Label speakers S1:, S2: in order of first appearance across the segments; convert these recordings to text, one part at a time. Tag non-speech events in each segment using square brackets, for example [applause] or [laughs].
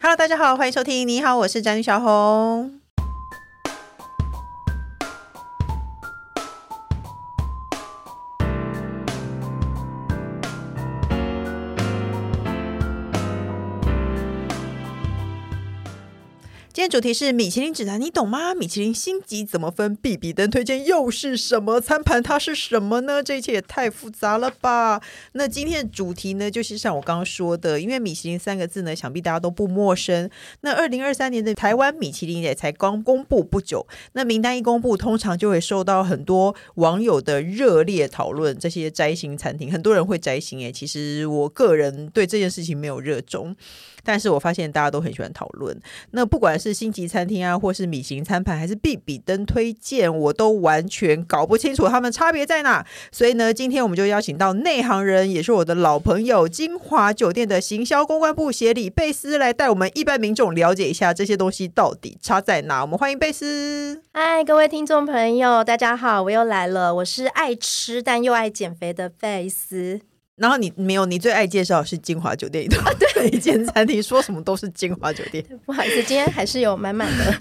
S1: Hello，大家好，欢迎收听。你好，我是詹小红。今天主题是米其林指南，你懂吗？米其林星级怎么分？必比登推荐又是什么餐盘？它是什么呢？这一切也太复杂了吧！那今天的主题呢，就是像我刚刚说的，因为米其林三个字呢，想必大家都不陌生。那二零二三年的台湾米其林也才刚公布不久，那名单一公布，通常就会受到很多网友的热烈讨论。这些摘星餐厅，很多人会摘星诶、其实我个人对这件事情没有热衷，但是我发现大家都很喜欢讨论。那不管是星级餐厅啊，或是米其林餐盘，还是必比登推荐，我都完全搞不清楚它们差别在哪。所以呢，今天我们就邀请到内行人，也是我的老朋友，金华酒店的行销公关部协理贝斯来带我们一般民众了解一下这些东西到底差在哪。我们欢迎贝斯。
S2: 嗨，各位听众朋友，大家好，我又来了，我是爱吃但又爱减肥的贝斯。
S1: 然后你没有，你最爱介绍的是金华酒店，对， [laughs] 一间餐厅说什么都是金华酒店。
S2: 不好意思，今天还是有满满的。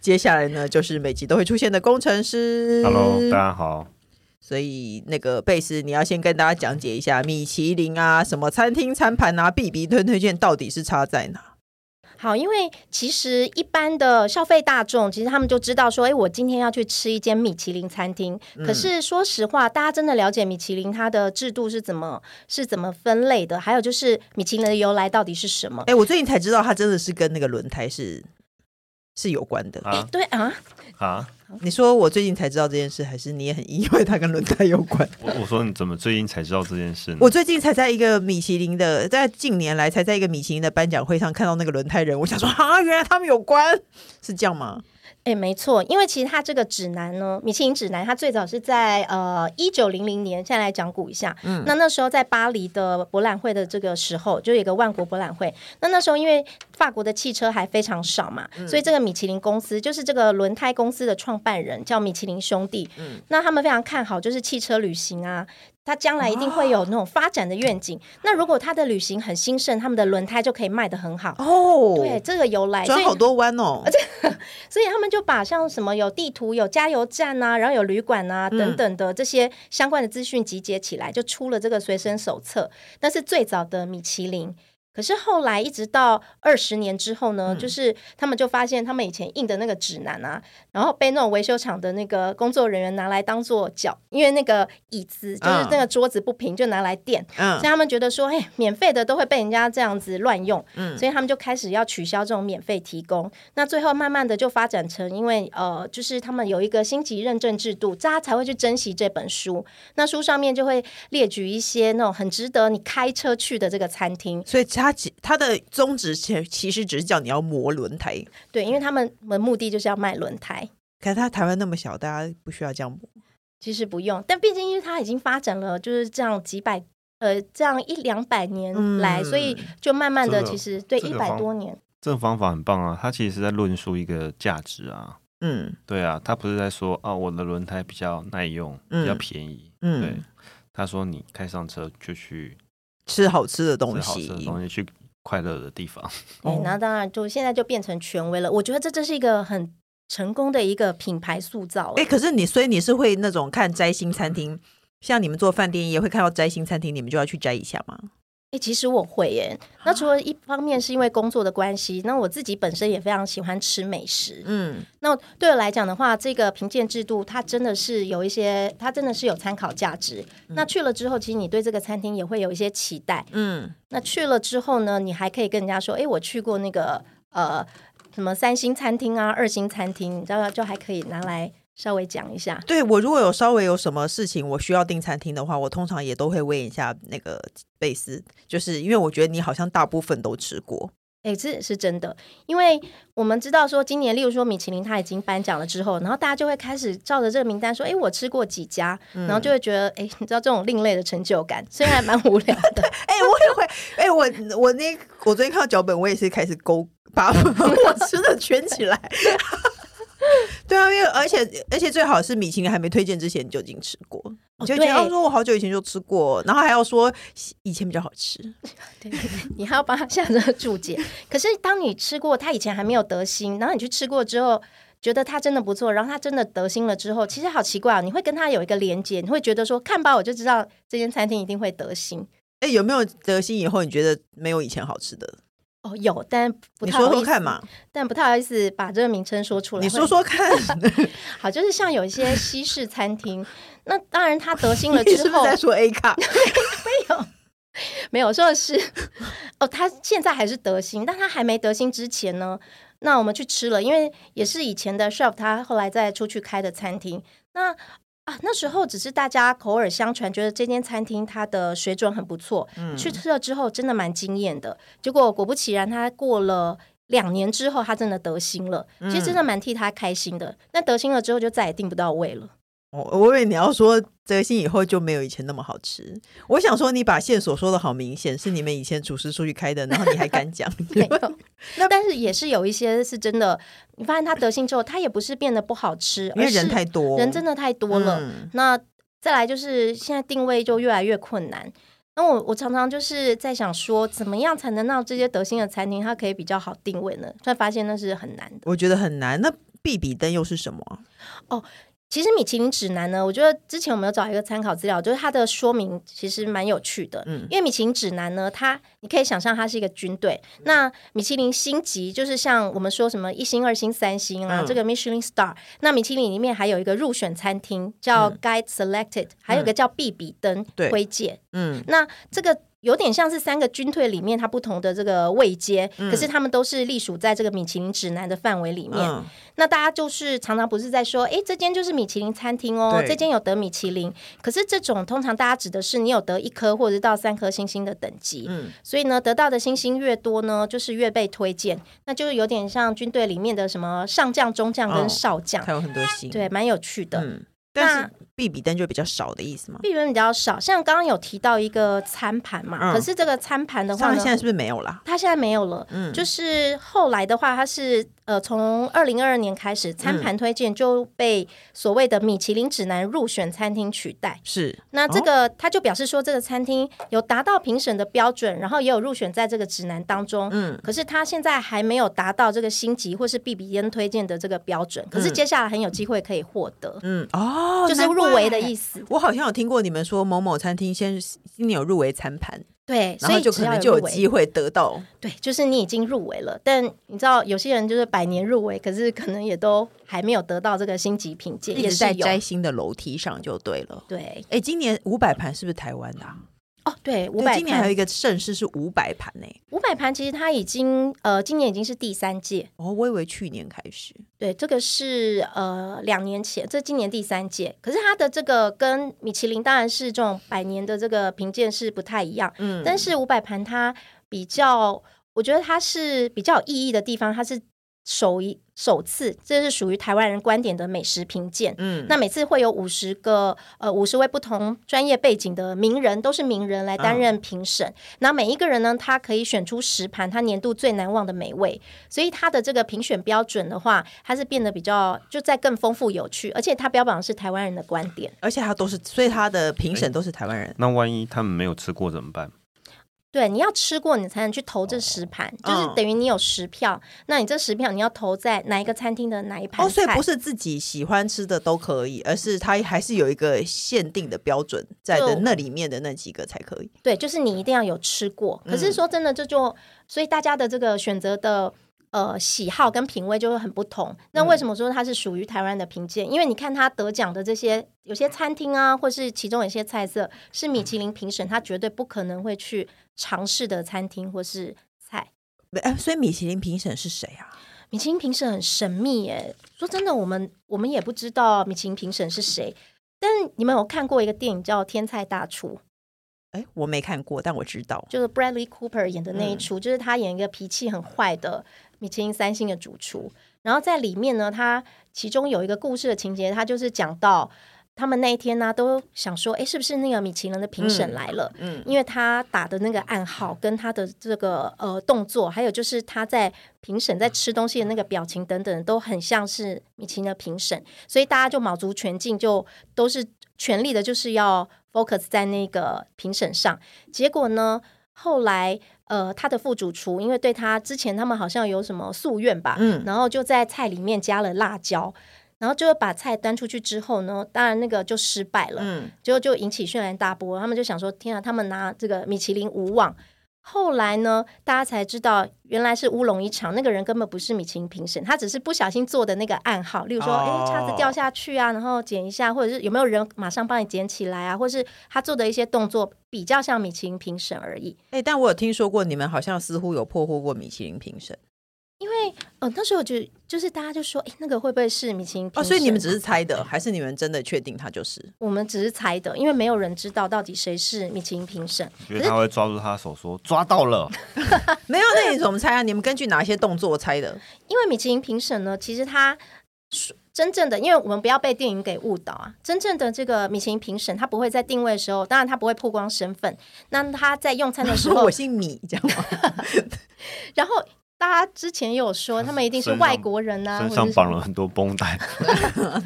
S1: 接下来呢，就是每集都会出现的工程师。
S3: Hello，大家好。
S1: 所以那个贝斯，你要先跟大家讲解一下米其林啊，什么餐厅餐盘啊，必比登推荐到底是差在哪？
S2: 好，因为其实一般的消费大众，其实他们就知道说，哎，我今天要去吃一间米其林餐厅。可是说实话，大家真的了解米其林它的制度是怎么是怎么分类的，还有就是米其林的由来到底是什么？
S1: 哎、我最近才知道，它真的是跟那个轮胎是是有关的。
S2: 哎、
S3: 啊
S2: 对啊，
S3: 啊！
S1: 你说我最近才知道这件事，还是你也很意外它跟轮胎有关？
S3: 我我说你怎么最近才知道这件事呢？
S1: [laughs] 我最近才在一个米其林的，在近年来才在一个米其林的颁奖会上看到那个轮胎人，我想说啊，原来他们有关，是这样吗？
S2: 哎，没错，因为其实它这个指南呢，米其林指南，它最早是在呃一九零零年，现在来讲古一下。嗯，那那时候在巴黎的博览会的这个时候，就有一个万国博览会。那那时候因为法国的汽车还非常少嘛，
S1: 嗯
S2: 所以这个米其林公司就是这个轮胎公司的创办人叫米其林兄弟。嗯，那他们非常看好就是汽车旅行啊。它将来一定会
S1: 哦
S2: 有那种发展的愿景。那如果它的旅行很兴盛，他们的轮胎就可以卖得很好。
S1: 哦
S2: 对，，这个由来，所
S1: 转
S2: 以
S1: 好多弯哦，而且
S2: 所以他们就把像什么有地图、有加油站啊，然后有旅馆啊等等的这些相关的资讯集结起来，就出了这个随身手册。那是最早的米其林。可是后来一直到二十年之后呢，就是他们就发现他们以前印的那个指南啊，然后被那种维修厂的那个工作人员拿来当做脚，因为那个椅子就是那个桌子不平，就拿来垫。
S1: 嗯
S2: 所以他们觉得说，哎，免费的都会被人家这样子乱用，所以他们就开始要取消这种免费提供。那最后慢慢的就发展成，因为呃，就是他们有一个星级认证制度，大家才会去珍惜这本书。那书上面就会列举一些那种很值得你开车去的这个餐厅，
S1: 所以它其它的宗旨其其实只是叫你要磨轮胎，
S2: 对，因为他们的目的就是要卖轮胎。
S1: 可是它台湾那么小，大家不需要这样磨。
S2: 其实不用，但毕竟因为它已经发展了，就是这样几百呃，这样一两百年来，
S1: 嗯
S2: 所以就慢慢的，
S3: 这个
S2: 其实对
S3: 这
S2: 一
S3: 个
S2: 百
S3: 方
S2: 多年。
S3: 这个方法很棒啊，它其实是在论述一个价值啊。
S1: 嗯
S3: 对啊，它不是在说啊我的轮胎比较耐用，
S1: 嗯
S3: 比较便宜。对
S1: 嗯，，
S3: 他说你开上车就去
S1: 吃好吃的
S3: 吃
S1: 东
S3: 好吃的
S1: 西，
S3: 东西，去快乐的地方。 [laughs]
S2: 对
S1: 哦，
S2: 那当然就现在就变成权威了。我觉得这真是一个很成功的一个品牌塑造、欸
S1: 哎、可是你，所以你是会那种看摘星餐厅，像你们做饭店也会看到摘星餐厅，你们就要去摘一下吗？
S2: 哎，其实我会耶。
S1: 啊
S2: 那除了一方面是因为工作的关系，那我自己本身也非常喜欢吃美食。
S1: 嗯，
S2: 那对我来讲的话，这个评鉴制度它真的是有一些，它真的是有参考价值。那去了之后，其实你对这个餐厅也会有一些期待。
S1: 嗯，
S2: 那去了之后呢，你还可以跟人家说，哎，我去过那个呃什么三星餐厅啊、二星餐厅，你知道就还可以拿来稍微讲一下。
S1: 对我如果有稍微有什么事情我需要订餐厅的话，我通常也都会问一下那个贝斯，就是因为我觉得你好像大部分都吃过，
S2: 哎、这是真的，因为我们知道说，今年例如说米其林它已经颁奖了之后，然后大家就会开始照着这个名单说，哎、我吃过几家，然
S1: 嗯
S2: 后就会觉得，哎、你知道这种另类的成就感，虽然蛮无聊的，
S1: [laughs] 哎、我也会，哎、我我那我昨天看到脚本，我也是开始勾把 [laughs] 我吃的圈起来。 [laughs] 对啊，因为而且而且最好是米其林还没推荐之前你就已经吃过，你就觉得
S2: 对
S1: 哦，说我好久以前就吃过，然后还要说以前比较好吃，
S2: 对， [laughs] 你还要帮他下这个注解。可是当你吃过他以前还没有得心，然后你去吃过之后，觉得他真的不错，然后他真的得心了之后，其实好奇怪哦，你会跟他有一个连接，你会觉得说，看吧，我就知道这间餐厅一定会得心。
S1: 哎，有没有得心以后你觉得没有以前好吃的？
S2: 哦，有，但不
S1: 你
S2: 太
S1: 说
S2: 好意
S1: 说
S2: 思
S1: 看，嘛，
S2: 但不太好意思把这个名称说出来。
S1: 你
S2: 会
S1: 说说
S2: [laughs]
S1: 看，
S2: 好，就是像有一
S1: [laughs]
S2: 些西式餐厅，那当然他得心了
S1: 你是
S2: 之
S1: 不是
S2: 后，
S1: 在说 A
S2: [laughs]
S1: 卡？
S2: 没有，说的是 [laughs] 哦，他现在还是得心，但他还没得心之前呢，那我们去吃了，因为也是以前的 chef 他后来再出去开的餐厅。那啊，那时候只是大家口耳相传，觉得这间餐厅它的水准很不错，
S1: 嗯
S2: 去吃了之后真的蛮惊艳的。结果果不其然，他过了。两年之后，他真的得心了，
S1: 嗯
S2: 其实真的蛮替他开心的。那得心了之后，就再也订不到位了。
S1: 我我以为你要说得心以后就没有以前那么好吃，我想说你把线索说的好明显，是你们以前厨师出去开的，然后你还敢讲？
S2: [laughs]
S1: [laughs]
S2: 没有，那但是也是有一些是真的，你发现他得心之后，他也不是变得不好吃，
S1: 因为
S2: 而是
S1: 人太多，
S2: 人真的太多了。
S1: 嗯
S2: 那再来就是现在定位就越来越困难。那我我常常就是在想说，怎么样才能让这些得心的餐厅它可以比较好定位呢？才发现那是很难的。
S1: 我觉得很难。那必比登又是什么啊？
S2: 其实米其林指南呢，我觉得之前我们有找一个参考资料，就是它的说明其实蛮有趣的。
S1: 嗯
S2: 因为米其林指南呢，它你可以想象它是一个军队。那米其林星级就是像我们说什么一星、二星、三星啊，
S1: 嗯
S2: 这个 Michelin Star。那米其林里面还有一个入选餐厅叫 Guide Selected，、还有一个叫必比登
S1: 嗯对
S2: 推荐。
S1: 嗯，
S2: 那这个有点像是三个军队里面它不同的这个位阶，可是他们都是隶属在这个米其林指南的范围里面。
S1: 嗯
S2: 那大家就是常常不是在说，诶，这间就是米其林餐厅哦，
S1: 对
S2: 这间有得米其林。可是这种通常大家指的是你有得一颗或者到三颗星星的等级，
S1: 嗯
S2: 所以呢，得到的星星越多呢，就是越被推荐。那就是有点像军队里面的什么上将、中将
S1: 哦
S2: 跟少将，
S1: 它有很多星，
S2: 对，蛮有趣的。
S1: 嗯，但是必比登就比较少的意思嘛。
S2: 利润比较少，像刚刚有提到一个餐盘嘛，
S1: 嗯
S2: 可是这个餐盘的话
S1: 上
S2: 呢，
S1: 现在是不是没有啦？
S2: 它现在没有了。
S1: 嗯，
S2: 就是后来的话，它是呃，从二零二二年开始，餐盘推荐就被所谓的米其林指南入选餐厅取代。
S1: 是
S2: 那这
S1: 哦
S2: 个他就表示说，这个餐厅有达到评审的标准，然后也有入选在这个指南当中。
S1: 嗯
S2: 可是他现在还没有达到这个星级或是 B B N 推荐的这个标准，可是接下来很有机会可以获得，
S1: 嗯哦，
S2: 就是入围的
S1: 思。
S2: 意思。
S1: 我好像有听过你们说某某餐厅先今年有入围餐盘，
S2: 对，
S1: 然
S2: 所
S1: 后
S2: 以
S1: 就
S2: 只
S1: 可
S2: 要
S1: 能就
S2: 入
S1: 有
S2: 围
S1: 机会得到。
S2: 对，就是你已经入围了，但你知道有些人就是百年入围，可是可能也都还没有得到这个星级评鉴，
S1: 一
S2: 也
S1: 直
S2: 是
S1: 在
S2: 有
S1: 摘星的楼梯上就对了。
S2: 对
S1: 哎，今年五百盘是不是台湾的、啊？
S2: 哦，对五
S1: 对
S2: 百
S1: 今年还有
S2: 盘
S1: 一，个盛世是五百盘呢。
S2: 五百盘其实它已经呃今年已经是第三届，
S1: 哦，我以为去年开始。
S2: 对，这个是呃两年前，这今年第三届，可是它的这个跟米其林当然是这种百年的这个评鉴是不太一样，
S1: 嗯
S2: 但是五百盘它比较，我觉得它是比较有意义的地方，它是首一首次，这是属于台湾人观点的美食评鉴。
S1: 嗯
S2: 那每次会有五十个呃五十位不同专业背景的名人，都是名人来担任评审。那、每一个人呢，他可以选出十盘他年度最难忘的美味，所以他的这个评选标准的话，它是变得比较就在更丰富有趣，而且它标榜的是台湾人的观点。
S1: 而且他都是，所以他的评审都是台湾人。
S3: 那万一他们没有吃过怎么办？
S2: 对，你要吃过你才能去投这十盘，就是
S1: 嗯
S2: 等于你有十票，那你这十票你要投在哪一个餐厅的哪一哎盘
S1: 哦，所以
S2: 菜
S1: 不是自己喜欢吃的都可以，而是他还是有一个限定的标准在的
S2: 就
S1: 那里面的那几个才可以。
S2: 对，就是你一定要有吃过。可
S1: 嗯
S2: 是说真的，这就所以大家的这个选择的呃喜好跟品味就会很不同。那
S1: 嗯
S2: 为什么说它是属于台湾的评鉴？因为你看它得奖的这些有些餐厅啊，或是其中有些菜色是米其林评审他绝对不可能会去尝试的餐厅或是菜。
S1: 哎、所以米其林评审是谁啊？
S2: 米其林评审很神秘耶，说真的，我们我们也不知道米其林评审是谁。但你们有看过一个电影叫《天菜大厨》？
S1: 哎，我没看过，但我知道。
S2: 就是 Bradley Cooper 演的那
S1: 嗯
S2: 一出，就是他演一个脾气很坏的米其林三星的主厨。然后在里面呢，他其中有一个故事的情节，他就是讲到他们那一天呢、都想说，哎，是不是那个米其林的评审来了？
S1: 嗯
S2: 因为他打的那个暗号，跟他的这个呃动作，还有就是他在评审在吃东西的那个表情等等，都很像是米其林的评审，所以大家就卯足全劲，就都是全力的就是要 focus 在那个评审上。结果呢，后来呃，他的副主厨因为对他之前他们好像有什么夙愿吧，
S1: 嗯
S2: 然后就在菜里面加了辣椒，然后就把菜端出去之后呢，当然那个就失败了，
S1: 嗯，
S2: 结果就引起轩然大波。他们就想说：“天啊，他们拿这个米其林无望。”后来呢，大家才知道原来是乌龙一场，那个人根本不是米其林评审，他只是不小心做的那个暗号，例如说，哎、
S1: 哦
S2: 叉子掉下去啊，然后捡一下，或者是有没有人马上帮你捡起来啊，或是他做的一些动作比较像米其林评审而已。
S1: 哎、但我有听说过你们好像似乎有破获过米其林评审
S2: 因为呃，那时候就就是大家就说，哎，那个会不会是米其林评
S1: 哦，
S2: 审？
S1: 所以你们只是猜的，还是你们真的确定他就是？
S2: 我们只是猜的，因为没有人知道到底谁是米其林评审。
S3: 我觉得他会抓住他的手说抓到了，
S1: 没有，那你怎么猜啊？你们根据哪些动作猜的？
S2: 因为米其林评审呢，其实他真正的，因为我们不要被电影给误导啊，真正的这个米其林评审，他不会在定位的时候，当然他不会曝光身份，那他在用餐的时
S1: 说
S2: 候
S1: [laughs] 我，姓米，这样吗？ [laughs]
S2: 然后。大家之前也有说，他们一定是
S3: 身上
S2: 外国人呐、或
S3: 身
S2: 者
S3: 上
S2: 是
S3: 绑了很多绷带，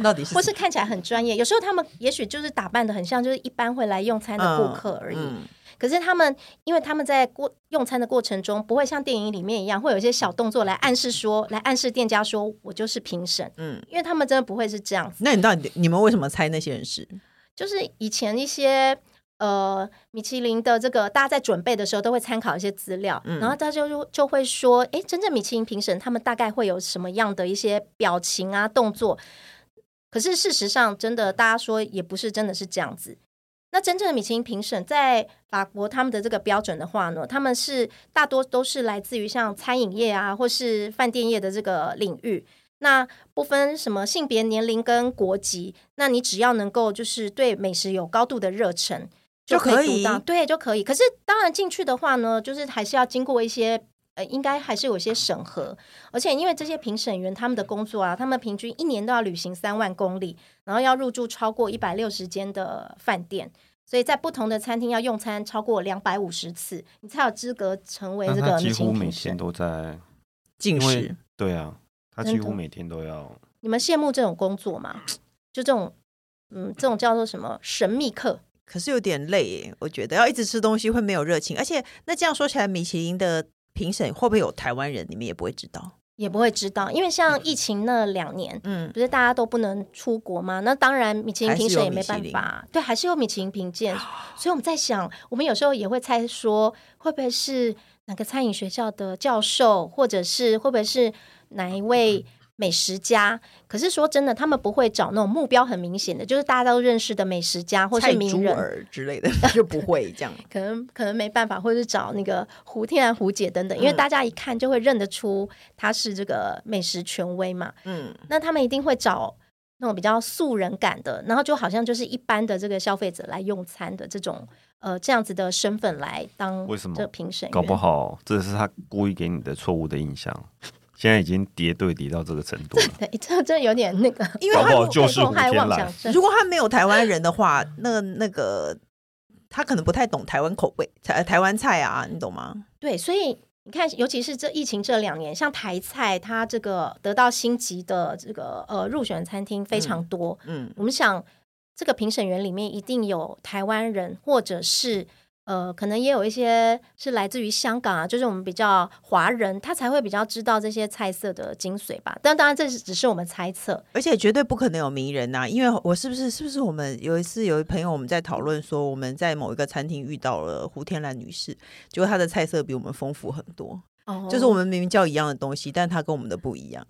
S1: 到底是
S2: 或是看起来很专业。有时候他们也许就是打扮的很像，就是一般会来用餐的顾客而已。
S1: 嗯
S2: 可是他们，因为他们在过用餐的过程中，不会像电影里面一样，会有一些小动作来暗示说，来暗示店家说我就是评审。
S1: 嗯，
S2: 因为他们真的不会是这样子，
S1: 那你到底你们为什么猜那些人是？
S2: 就是以前一些呃米其林的这个大家在准备的时候都会参考一些资料，然后大家就就会说，诶，真正米其林评审他们大概会有什么样的一些表情啊动作？可是事实上，真的大家说也不是真的是这样子。那真正的米其林评审在法国他们的这个标准的话呢，他们是大多都是来自于像餐饮业啊，或是饭店业的这个领域。那不分什么性别、年龄跟国籍，那你只要能够就是对美食有高度的热忱，
S1: 就
S2: 可
S1: 可以
S2: 独当对就可以。可是当然进去的话呢，就是还是要经过一些呃，应该还是有一些审核，而且因为这些评审员他们的工作啊，他们平均一年都要旅行三万公里，然后要入住超过一百六十间的饭店。所以在不同的餐厅要用餐超过两百五十次，你才有资格成为
S3: 但
S2: 这
S3: 他
S2: 个
S3: 几
S2: 米其林
S3: 乎每
S2: 评
S3: 天
S2: 审。
S3: 都在，
S1: 进
S3: 因
S1: 食
S3: 为对啊，他
S2: 真
S3: 几
S2: 的
S3: 乎每天都要。
S2: 你们羡慕这种工作吗？就这种，嗯，这种叫做什么神秘客？
S1: 可是有点累耶，我觉得要一直吃东西会没有热情，而且那这样说起来，米其林的评审会不会有台湾人？你们也不会知道。
S2: 也不会知道，因为像疫情那两年，
S1: 嗯，
S2: 不是大家都不能出国吗？那当然，米其林啊评审也没办法，对，还是有米其林评鉴，所以我们在想，我们有时候也会猜说，会不会是哪个餐饮学校的教授，或者是会不会是哪一位美食家？可是说真的，他们不会找那种目标很明显的，就是大家都认识的美食家或
S1: 蔡
S2: 是名
S1: 珠
S2: 人。
S1: 儿之类的 [laughs] 就不会这样。
S2: 可能可能没办法，或者是找那个胡天然、胡姐等等，因为大家一看就会认得出他是这个美食权威嘛。 [laughs]
S1: 嗯，
S2: 那他们一定会找那种比较素人感的，然后就好像就是一般的这个消费者来用餐的这种呃这样子的身份来当
S3: 为什么
S2: 这评审员
S3: 搞不好这是他故意给你的错误的印象，现在已经叠对叠到这个程度了。 [laughs]
S2: 对这这有点那个
S1: 因为
S3: 搞
S1: 他
S3: 不
S1: 如
S3: 好
S1: 果
S3: 就是
S2: 被
S3: 胡
S2: 迫害
S3: 天
S2: 妄
S3: 来
S2: 想，症
S1: 如。果他没有台湾人的话，那那个他可能不太懂台湾口味、台台湾菜啊，你懂吗？
S2: 对，所以你看，尤其是这疫情这两年，像台菜，它这个得到星级的这个呃入选餐厅非常多。
S1: 嗯，
S2: 我们想，这个评审员里面一定有台湾人，或者是呃，可能也有一些是来自于香港啊，就是我们比较华人，他才会比较知道这些菜色的精髓吧。但当然，这是只是我们猜测。
S1: 而且绝对不可能有名人呐、因为我是不是是不是我们有一次有一朋友我们在讨论说我们在某一个餐厅遇到了胡天兰女士，结果她的菜色比我们丰富很多，
S2: 哦
S1: 就是我们明明叫一样的东西，但她跟我们的不一样。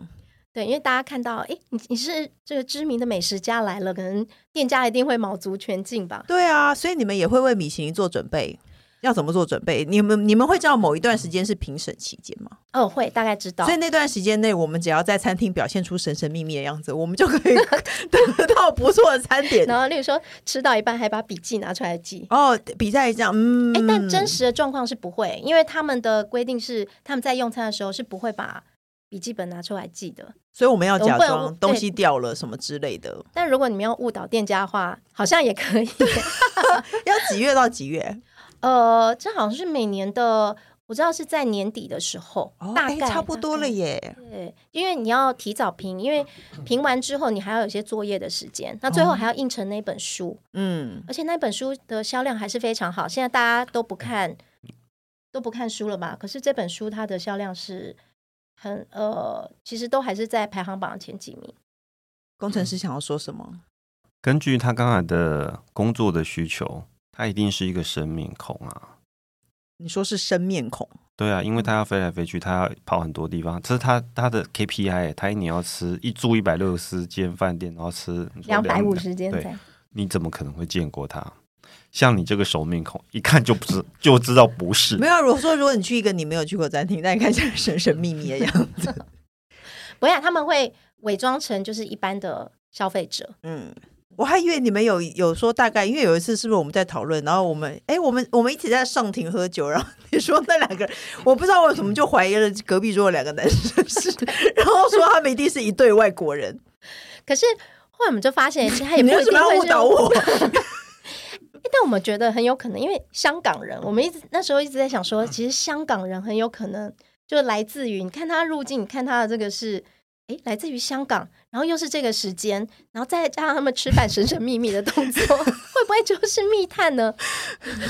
S2: 对，因为大家看到，诶，你你是这个知名的美食家来了，可能店家一定会卯足全劲吧。
S1: 对啊，所以你们也会为米其林做准备，要怎么做准备？你们你们会知道某一段时间是评审期间吗？
S2: 哦，会大概知道
S1: 所以。那段时间内，我们只要在餐厅表现出神神秘秘的样子，我们就可以 [laughs] 得到不错的餐 [laughs] 点。
S2: 然后，例如说吃到一半还把笔记拿出来记，
S1: 哦，比赛这样，嗯，
S2: 哎、但真实的状况是不会，因为他们的规定是他们在用餐的时候是不会把笔记本拿出来记的。
S1: 所以我们要假
S2: 我们不
S1: 装
S2: 能
S1: 东西掉了什么之类的。
S2: 但如果你们要误导店家的话，好像也可以。 [laughs]
S1: 要几月到几月？
S2: 呃，这好像是每年的，我我知道是在年底的时候，
S1: 哦，
S2: 大
S1: 哎
S2: 概
S1: 差不多了。耶
S2: 大。概对，因为你要提早评，
S1: [laughs]
S2: 因为评完之后你还要有一些作业的时间，那最后
S1: 哦
S2: 还要印成那本书，
S1: 嗯，
S2: 而且那本书的销量还是非常好。现在大家都不看，都不看书了吧？可是这本书它的销量是很呃，其实都还是在排行榜前几名。
S1: 哦工程师想要说什么？
S3: 根据他刚才的工作的需求，他一定是一个生面孔啊。
S1: 你说是生面孔，
S3: 对啊，因为他要飞来飞去，他要跑很多地方，这是他他的 KPI，欸他一年要吃一住一百六十间饭店，然后吃你说
S2: 两百五十
S3: 200
S2: 间
S3: 对
S2: 在，
S3: 你怎么可能会见过他？像你这个熟面孔，一看就不知就知道不
S2: 嗯
S3: 是
S1: 没。有啊。如果说如果你去一个你没有去过的餐厅，那你看起来神神秘秘的样 [laughs] 子，
S2: 不然他们会伪装成就是一般的消费者。
S1: 嗯。我还以为你们有有说大概，因为有一次是不是我们在讨论，然后我们哎、我们我们一起在上庭喝酒，然后你说那两个人， [laughs] 我不知道为什么就怀疑了隔壁桌的两个男生是， [laughs] 然后说他们一定是一对外国人，
S2: 可是后来我们就发现，其实他也
S1: 你
S2: 不
S1: 们为什
S2: 一定
S1: 么
S2: 会
S1: 要误
S2: 是
S1: 导我？
S2: 但我们觉得很有可能，因为香港人，我们一直那时候一直在想说，其实香港人很有可能就来自于你看他入境，你看他的这个是。诶，来自于香港，然后又是这个时间，然后再加上他们吃饭神神秘秘的动作，会不会就是密探呢？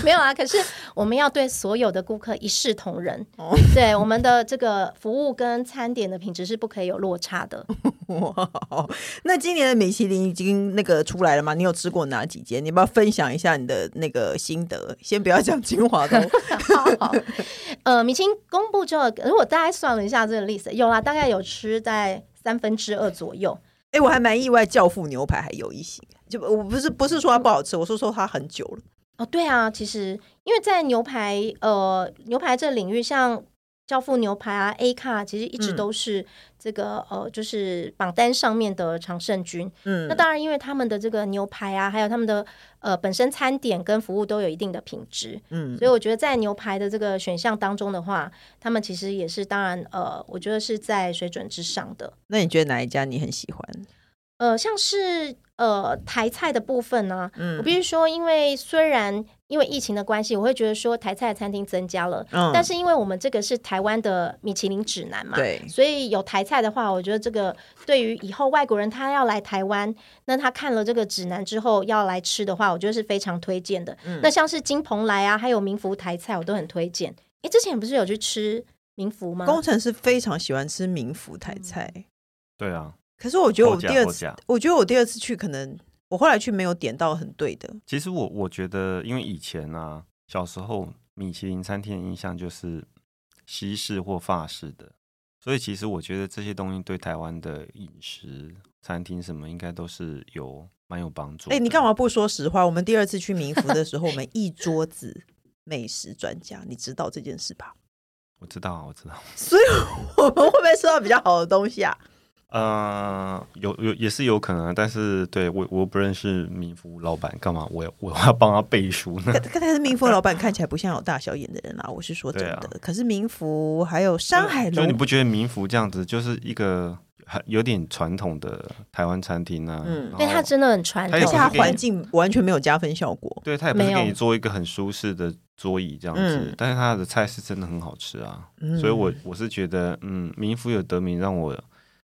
S2: 没有啊，可是我们要对所有的顾客一视同仁，
S1: 哦
S2: 对我们的这个服务跟餐点的品质是不可以有落差的。
S1: 哇， [laughs] 那今年的米其林已经那个出来了吗？你有吃过哪几间？你要不要分享一下你的那个心得？先不要讲精华
S2: [laughs]
S1: 的哦，
S2: 好好，呃，米其林公布之后，如果大概算了一下这个 list，有啦，大概有吃在三分之二左右。
S1: 哎、我还蛮意外，教父牛排还有一些，就我不是不是说它不好吃，我是说它很久了。
S2: 哦，对啊，其实因为在牛排，呃，牛排这领域，像教父牛排啊、A 卡，其实一直
S1: 嗯
S2: 都是这个、呃，就是榜单上面的常胜军。
S1: 嗯
S2: 那当然，因为他们的这个牛排啊，还有他们的呃本身餐点跟服务都有一定的品质，
S1: 嗯
S2: 所以我觉得在牛排的这个选项当中的话，他们其实也是当然呃，我觉得是在水准之上的。
S1: 那你觉得哪一家你很喜欢？
S2: 呃，像是呃台菜的部分呢、我
S1: 嗯
S2: 必须说，因为虽然因为疫情的关系，我会觉得说台菜的餐厅增加了，
S1: 嗯
S2: 但是因为我们这个是台湾的米其林指南嘛，
S1: 对，
S2: 所以有台菜的话，我觉得这个对于以后外国人他要来台湾，那他看了这个指南之后要来吃的话，我觉得是非常推荐的。
S1: 嗯
S2: 那像是金鹏来啊，还有民福台菜，我都很推荐。诶，之前不是有去吃民福吗？
S1: 工程师非常喜欢吃民福台
S2: 嗯
S1: 菜，
S3: 对啊，
S1: 可是我觉得我
S3: 后
S1: 第
S3: 价
S1: 二
S3: 后
S1: 次
S3: 价，
S1: 我觉得我第二次去可能我后来去没有点到很对的，
S3: 其实我我觉得，因为以前啊，小时候米其林餐厅的印象就是西式或法式的，所以其实我觉得这些东西对台湾的饮食、餐厅什么，应该都是有蛮有帮助。
S1: 哎、你干嘛？不说实话？我们第二次去民福的时候，我们一桌子美食专家，你知道这件事
S3: [laughs]
S1: 吧？
S3: 我知道啊，我知道。
S1: 所以我们会不会吃到比较好的东西
S3: [laughs]
S1: 啊？
S3: 呃，有有也是有可能，啊但是对我我不认识民服老板，干嘛我我要帮他背书
S1: [laughs]
S3: 呢？
S1: 但但是民福的老板看起来不像有大小眼的人啦，我是说真
S3: 对啊
S1: 的。可是民福还有山海
S3: [laughs] 就
S1: 楼
S3: 你，不觉得民服这样子就是一个很有点传统的台湾餐厅啊？
S1: 嗯
S3: 然
S2: 对，它
S3: 后
S2: 真的很传
S3: 它
S2: 统
S1: 而
S3: 有
S1: 且它
S3: 一点
S1: 环境完全没有加分效果。
S3: 对他也不是
S2: 没有
S3: 给你做一个很舒适的桌椅这样子，
S1: 嗯
S3: 但是他的菜是真的很好吃啊，
S1: 嗯
S3: 所以我我是觉得，嗯，民福有得名让我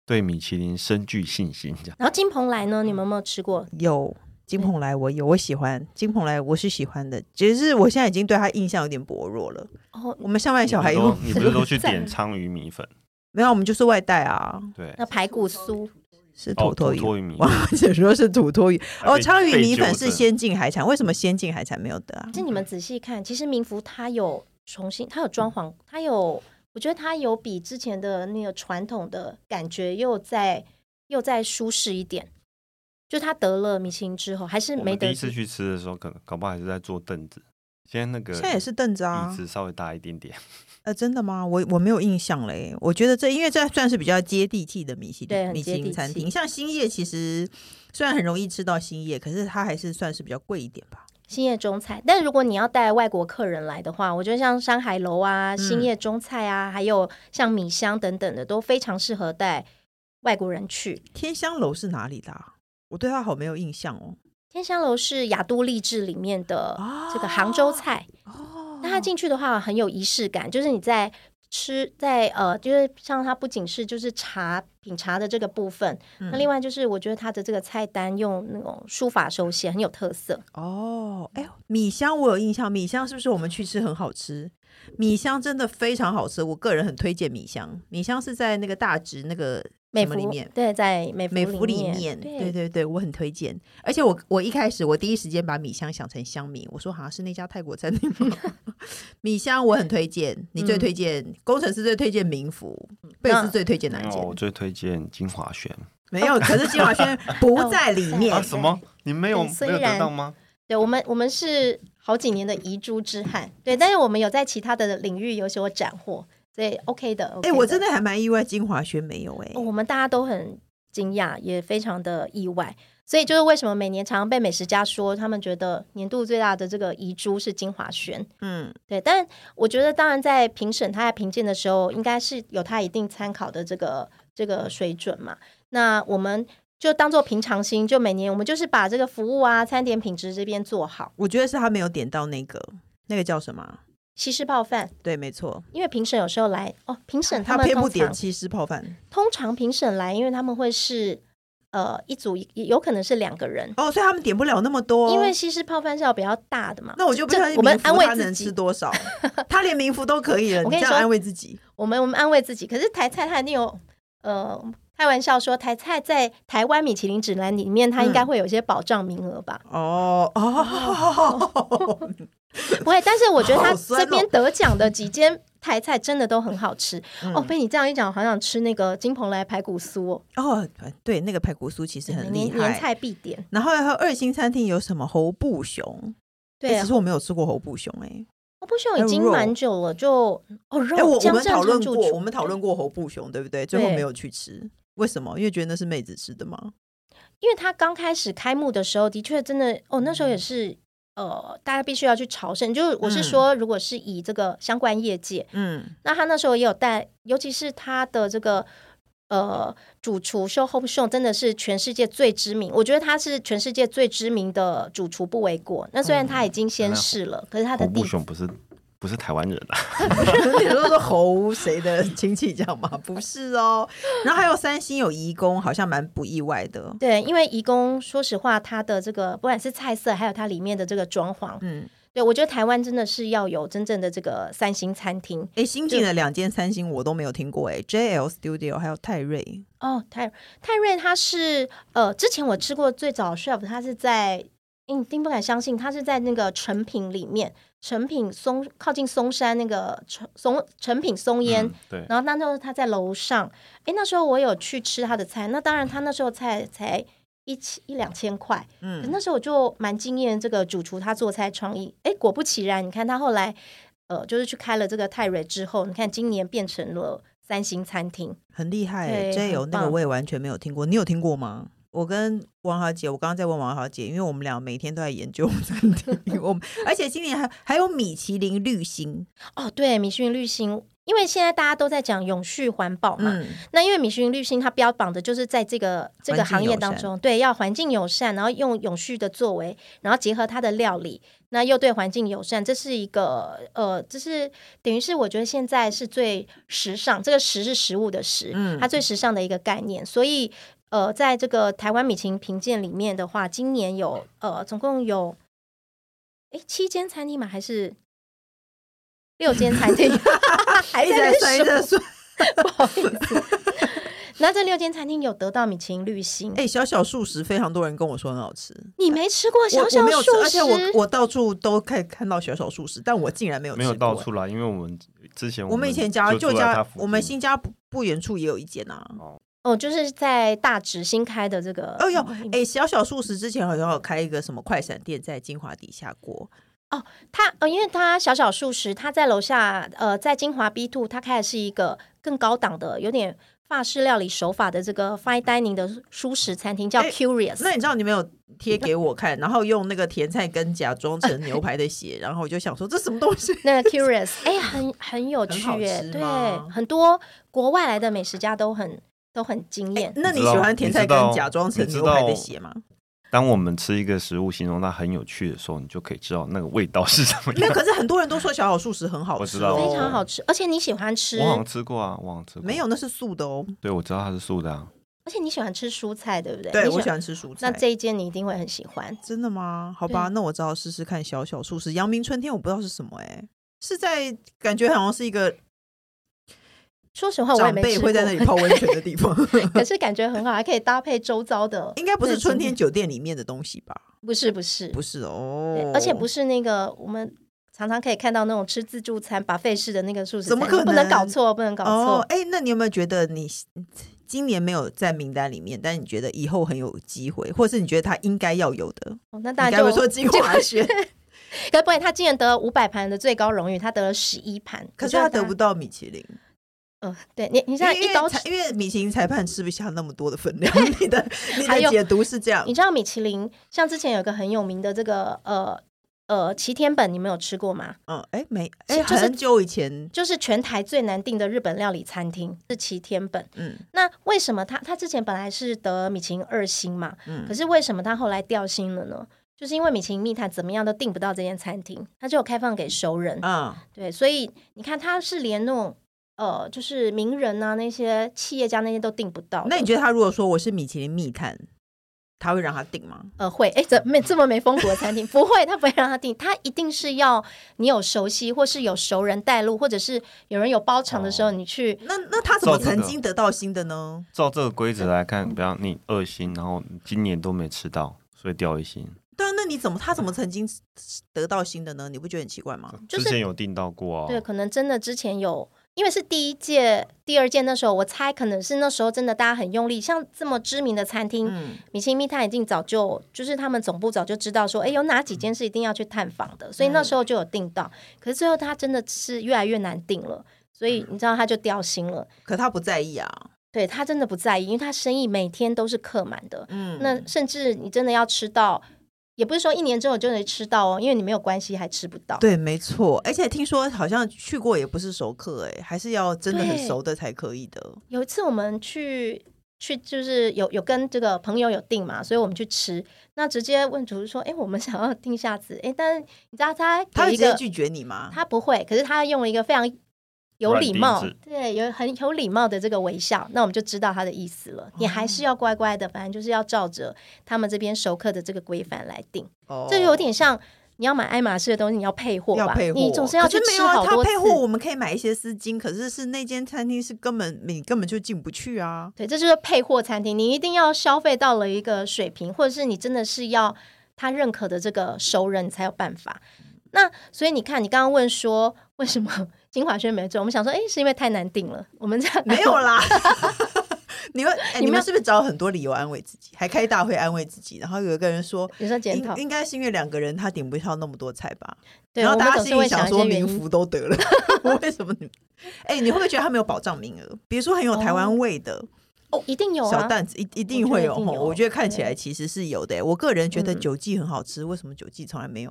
S3: 对米其林深具信心这样。
S2: 然后金鹏来呢，你们有没有吃过？
S1: 有金鹏来，我有我喜欢金鹏来，我是喜欢的。只是我现在已经对他印象有点薄弱了。
S2: 哦，
S1: 我们上半小孩
S3: 你
S1: 有
S3: 不是都你不是都去
S2: 赞
S3: 点鲳鱼米粉？
S1: [laughs] 没有？我们就是外带啊，
S3: 对，
S2: 那排骨酥
S1: 是
S3: 哦，
S1: 土托鱼。
S3: 托鱼米
S1: [laughs] 我
S3: 粉。
S1: 只说是土托鱼哦，
S3: 被
S1: 鲳鱼
S3: 被
S1: 米粉
S3: 纠
S1: 是
S3: 正
S1: 先进海产，为什么先进海产没有得啊？
S2: 其实你们仔细看，其实民福它有重新，它有装潢，它有，我觉得它有比之前的那个传统的感觉又再又再舒适一点。就它得了米其林之后，还是
S3: 我
S2: 没
S3: 们第
S2: 得
S3: 一次去吃的时候，可能搞不好还是在坐凳子，现在那个
S1: 现在也是凳子啊
S3: 椅，子稍微大一点点。
S1: 呃，真的吗？我我没有印象嘞。我觉得这因为这算是比较接地气的米其
S2: 对
S1: 林
S2: 很
S1: 米其
S2: 接地
S1: 林餐厅，
S2: 气
S1: 像兴业其实虽然很容易吃到兴业，可是它还是算是比较贵一点吧。
S2: 兴业中菜。但如果你要带外国客人来的话，我觉得像山海楼啊、兴
S3: 嗯
S2: 业中菜啊，还有像米香等等的，都非常适合带外国人去。
S1: 天香楼是哪里的啊、我对它好没有印象哦。
S2: 天香楼是雅都丽致里面的这个杭州菜，
S1: 哦，
S2: 那它进去的话很有仪式感，就是你在吃在呃，就是像它不仅是就是茶品茶的这个部分，
S1: 嗯
S2: 那另外就是我觉得它的这个菜单用那种书法手写很有特色。
S1: 哦，哎、米香我有印象，米香是不是我们去吃很好吃？米香真的非常好吃，我个人很推荐米香。米香是在那个大直那个
S2: 美
S1: 什么
S2: 服
S1: 里面。
S2: 对，在美
S1: 美
S2: 服
S1: 孚里面，对对对，我很推荐。而且我我一开始我第一时间把米香想成香米，我说好像是那家泰国餐厅吗。 [laughs] 米香我很推荐，你
S2: 嗯
S1: 最推荐、工程师最推荐民福，贝斯最推荐哪一
S3: 那
S1: 间？
S3: 我最推荐金华轩
S1: 没有，可是金华
S2: [laughs]
S1: 轩
S2: 哦
S1: 不在里面
S3: 啊？
S2: 对
S3: 什么？你没有
S2: 对虽
S3: 没有
S2: 然
S3: 得到吗？
S2: 对，我们我们是好几年的遗珠之憾，对，但是我们有在其他的领域有所斩获，所以 OK 的。哎、
S1: 哎、我真的还蛮意外，金华轩没有哎、
S2: 哦我们大家都很惊讶，也非常的意外。所以就是为什么每年常常被美食家说，他们觉得年度最大的这个遗珠是金华轩。
S1: 嗯，
S2: 对，但我觉得当然在评审他在评鉴的时候，应该是有他一定参考的这个这个水准嘛。那我们就当做平常心，就每年我们就是把这个服务啊、餐点品质这边做好。
S1: 我觉得是他没有点到那个那个叫什么啊？
S2: 西施泡饭，
S1: 对，没错，
S2: 因为评审有时候来哦，评审
S1: 啊他
S2: 们
S1: 偏不
S2: 通
S1: 点
S2: 常
S1: 西施泡饭
S2: 通常评审来，因为他们会是呃一组，也有可能是两个人，
S1: 哦，所以他们点不了那么多，
S2: 因为西施泡饭是要比较大的嘛。
S1: 哦那我就不相信
S2: 这我们
S1: 民福
S2: 安
S1: 他
S2: 慰
S1: 能吃
S2: 自己，
S1: 多
S2: [laughs]
S1: 少，他连民福都可以了，
S2: 我
S1: 这
S2: 跟你
S1: 样
S2: 说
S1: 安慰自己。
S2: 我们我们安慰自己。可是台菜它一定有呃。开玩笑说，台菜在台湾米其林指南里面，它应
S1: 嗯
S2: 该会有一些保障名额吧？
S1: 哦 [laughs] 哦，
S2: 不会，但是我觉得它
S1: 好酸哦
S2: 这边得奖的几间台菜真的都很好吃、
S1: 嗯
S2: 哦。被你这样一讲，我好想吃那个金鹏来排骨酥哦，
S1: 哦，对，那个排骨酥其实很厉
S2: 年年
S1: 害。哎
S2: 菜必点。
S1: 然后还有二星餐厅有什么猴布熊？
S2: 对
S1: 哎，其实我没有吃过猴布熊哎、
S2: 哦，不
S1: 还
S2: 熊
S1: 有
S2: 已经
S1: 肉
S2: 蛮久了，就哦肉
S1: 哎、我我
S2: 江
S1: 们
S2: 浙
S1: 讨论
S2: 常驻
S1: 过，
S2: 厨
S1: 我们讨论过猴布熊，对不对？最后没有去吃，为什么？因为觉得那是妹子吃的
S2: [laughs]
S1: 吗？
S2: 因为他刚开始开幕的时候，的确真的哦，那时候也是呃，大家必须要去朝圣。就是我是说，如果是以这个相关业界，
S1: 嗯， [laughs]
S2: 那他那时候也有带，尤其是他的这个。呃，主厨 Show Hope Show 真的是全世界最知名，我觉得他是全世界最知名的主厨不为过。那虽然他已经先试了，可是他的
S3: 红
S2: 地
S3: 布熊哦不是不是台湾人啊？
S1: 你说是猴谁的亲戚这样吗？不是哦。然后还有三星有移工，好像蛮不意外的。
S2: 对，因为移工说实话，它的这个不管是菜色，还有它里面的这个装潢，
S1: 嗯，
S2: 对我觉得台湾真的是要有真正的这个三星餐厅
S1: 哎，新进的两间三星我都没有听过哎，JL Studio 还有泰瑞，
S2: 哦。泰泰瑞它是呃，之前我吃过最早 chef，它是在你一定不敢相信，它是在那个成品里面，成品松靠近松山那个成松成品松烟。
S3: 嗯对，
S2: 然后那时候他在楼上，诶，那时候我有去吃他的菜，那当然他那时候菜才一千一两千块，可是
S1: 嗯，
S2: 那时候我就蛮惊艳这个主厨他做菜创意，哎，果不其然，你看他后来呃，就是去开了这个泰瑞之后，你看今年变成了三星餐厅，
S1: 很厉害哎
S2: 对
S1: ，JL
S2: 很
S1: 那
S2: 棒
S1: 个我也完全没有听过，你有听过吗？我跟王豪姐，我刚刚在问王豪姐，因为我们俩每天都在研究餐厅，我们而且今年还还有米其林绿星，
S2: 哦，对，米其林绿星，因为现在大家都在讲永续环保嘛，
S1: 嗯，
S2: 那因为米其林绿星它标榜的就是在这个这个行业当
S1: 环境
S2: 中，对，要环境友善，然后用永续的作为，然后结合它的料理，那又对环境友善，这是一个呃，这是等于是我觉得现在是最时尚，这个“时”是食物的“食”，
S1: 嗯
S2: 它最时尚的一个概念，所以。呃，在这个台湾米其林评鉴里面的话，今年有呃，总共有诶七间餐厅嘛，还是六间
S1: [laughs]
S2: 餐厅？还 [laughs]
S1: 一直在哎算一
S2: 数
S1: 直在算。 [laughs]
S2: 不好意思。 [laughs] 那这六间餐厅有得到米其林绿星，
S1: 哎、小小素食非常多人跟我说很好吃，
S2: 你没吃过哦小
S1: 我我
S2: 小
S1: 没有吃，
S2: 素
S1: 而且
S2: 食？
S1: 我我到处都可以看到小小素食，但我竟然没有吃
S3: 没有
S1: 过
S3: 到
S1: 哎
S3: 处啦，因为我们之前
S1: 我们以前家
S3: 就
S1: 旧
S3: 住在它
S1: 家，
S3: 附
S1: 我们
S3: 近
S1: 新家不不远处也有一间啊。
S2: 哦，就是在大直新开的这个。嗯
S1: 哦哟，哎、小小素食之前好像有开一个什么快闪店在金华底下过，
S2: 它呃，因为它小小素食，它在楼下呃，在金华 B two，它开的是一个更高档的，有点法式料理手法的这个 fine dining 的舒食餐厅，叫
S1: 哎
S2: Curious。
S1: 那你知道你没有贴给我看，然后用那个甜菜根假装成牛排的血，然后我就想说这什么东西？ [laughs]
S2: 那个 Curious，哎、很很有
S1: 很
S2: 趣
S1: 好
S2: 耶
S1: 吃，
S2: 对
S1: 吗，
S2: 很多国外来的美食家都很都很惊艳。
S1: 那你
S3: 知道
S1: 喜欢甜菜根
S3: 你知道
S1: 假装成
S3: 你知
S1: 牛排的
S3: 道
S1: 血吗？
S3: 当我们吃一个食物，形容它很有趣的时候，你就可以知道那个味道是什么
S1: [laughs] 没有，
S3: 样。
S1: 可是很多人都说小小素食很好
S3: 我
S1: 吃
S3: 知道
S1: 哦，
S2: 非常好吃，而且你喜欢吃
S3: 我，好像吃过啊，我好像吃过。
S1: 没有，那是素的哦。
S3: 对，我知道它是素的啊。
S2: 而且你喜欢吃蔬菜，对不对？
S1: 对，
S2: 你
S1: 我喜。欢吃蔬菜。
S2: 那这一间你一定会很喜欢。
S1: 真的吗？好吧，那我只好试试看小小素食。阳明春天我不知道是什么、欸，哎，是在感觉好像是一个
S2: 说实话，哦我也
S1: 长
S2: 没
S1: 辈
S2: 吃
S1: 会
S2: 过，
S1: 在那里泡温泉的地方，
S2: [laughs] 可是感觉很好，还可以搭配周遭的。
S1: 应该不是春天酒店里面的东西吧？
S2: 不是不是
S1: 不是哦
S2: 对，，而且不
S1: 是，
S2: 是那个我们常常可以看到那种吃自助餐、把费式的那个素食餐，
S1: 怎么可能
S2: 不能搞错，不能搞错。
S1: 哦，哎、那你有没有觉得你嗯今年没有在名单里面，但你觉得以后很有机会，或是你觉得他应该要有的？
S2: 哦那
S1: 你
S2: 大家
S1: 该不
S2: [laughs] 就
S1: 会说金华轩？
S2: 可不然他今年得了五百盘的最高荣誉，他得了十一盘，
S1: 可是他
S2: 我觉
S1: 得不到米其林，
S2: 嗯、对你，你现在
S1: 因为
S2: 一刀
S1: 裁因为米其林裁判吃不下那么多的分量，你的你
S2: 还
S1: 的
S2: 有
S1: 解读是这样
S2: 你。知道米其林像之前有一个很有名的这个呃呃齐天本，你们有吃过吗？
S1: 嗯，哎、没，
S2: 其
S1: 哎、
S2: 实就是
S1: 很久以前，
S2: 就是全台最难订的日本料理餐厅是齐天本。
S1: 嗯
S2: 那为什么他他之前本来是得米其林二星嘛？
S1: 嗯
S2: 可，是为什么他后来掉星了呢？就是因为米其林密探怎么样都订不到这间餐厅，他就有开放给熟人。
S1: 啊，
S2: 对，所以你看他是连那种呃，就是名人啊那些企业家那些都订不到的。
S1: 那你觉得他如果说我是米其林密探，他会让他定吗？
S2: 呃，会哎，怎没这么没风骨的餐
S1: [laughs]
S2: 厅不会，他不会让他订，他一定是要你有熟悉，或是有熟人带路，或者是有人有包场的时候，
S3: 哦
S2: 你去
S1: 那那他怎么
S3: 照这个
S1: 曾经得到新的呢？
S3: 照这个规则来看，不要你二星，然后今年都没吃到，所以掉一星。
S1: 对啊，那你怎么他怎么曾经得到新的呢？你不觉得很奇怪吗？
S2: 就是
S3: 之前有订到过
S1: 哦
S3: 啊。
S2: 对，可能真的之前有。因为是第一届、第二届那时候，我猜可能是那时候真的大家很用力，像这么知名的餐厅，
S1: 嗯，
S2: 米其林密探已经早就就是他们总部早就知道说，哎，有哪几间是一定要去探访的，所以那
S1: 嗯
S2: 时候就有订到。可是最后他真的是越来越难订了，
S1: 嗯
S2: 所以你知道他就掉星了。
S1: 可他不在意啊。
S2: 对他真的不在意，因为他生意每天都是客满的。
S1: 嗯，
S2: 那甚至你真的要吃到，也不是说一年之后就能吃到哦，因为你没有关系还吃不到。
S1: 对，没错。而且听说好像去过也不是熟客、哎，还是要真的很
S2: 对
S1: 熟的才可以的。
S2: 有一次我们去去就是有有跟这个朋友有订嘛，所以我们去吃，那直接问厨师说：“哎，我们 [laughs] 想要订下次。”哎，但是你知道他
S1: 他
S2: 有
S1: 会
S2: 一
S1: 直接
S2: 个
S1: 拒绝你吗？
S2: 他不会，可是他用了一个非常有礼貌
S3: 软钉，
S2: 对，有很有礼貌的这个微笑，那我们就知道他的意思了。你还
S1: 哦
S2: 是要乖乖的，反正就是要照着他们这边熟客的这个规范来定。
S1: 哦
S2: 这有点像你要买爱马仕的东西，你要配货吧？
S1: 要配货，
S2: 你总是要
S1: 可
S2: 去
S1: 是没
S2: 吃
S1: 有啊
S2: 好
S1: 他
S2: 多次。
S1: 配货，我们可以买一些丝巾，可是是那间餐厅是根本你根本就进不去啊。
S2: 对，这就是配货餐厅，你一定要消费到了一个水平，或者是你真的是要他认可的这个熟人，你才有办法。那所以你看，你刚刚问说为什么 [laughs] 金华轩没做，我们想说，哎，是因为太难定了。我们这样
S1: 没有啊
S2: [laughs]
S1: 啦。你们、哎你
S2: 你们
S1: 们是不是找很多理由安慰自己，还开大会安慰自己？然后有一个人说，
S2: 你说检
S1: 应
S2: 讨，
S1: 应该是因为两个人他顶不上那么多菜吧？
S2: 对，
S1: 然
S2: 我
S1: 后
S2: 们
S1: 大家
S2: 总是
S1: 心
S2: 会
S1: 里
S2: 想
S1: 想
S2: 一些
S1: 说，
S2: 原
S1: 民
S2: 因。
S1: 服都得
S2: [laughs]
S1: 了， [laughs] 为什么你？哎、你会不会觉得他没有保障名额？比如说很有台湾味的、
S2: 哦，一定有
S1: 小
S2: 啊，
S1: 担子，一一定会有
S2: 我觉得一定有
S1: 吼我觉得看起来其实是有的、哎我个人觉得
S2: 嗯
S1: 九记很好吃，为什么九记从来没有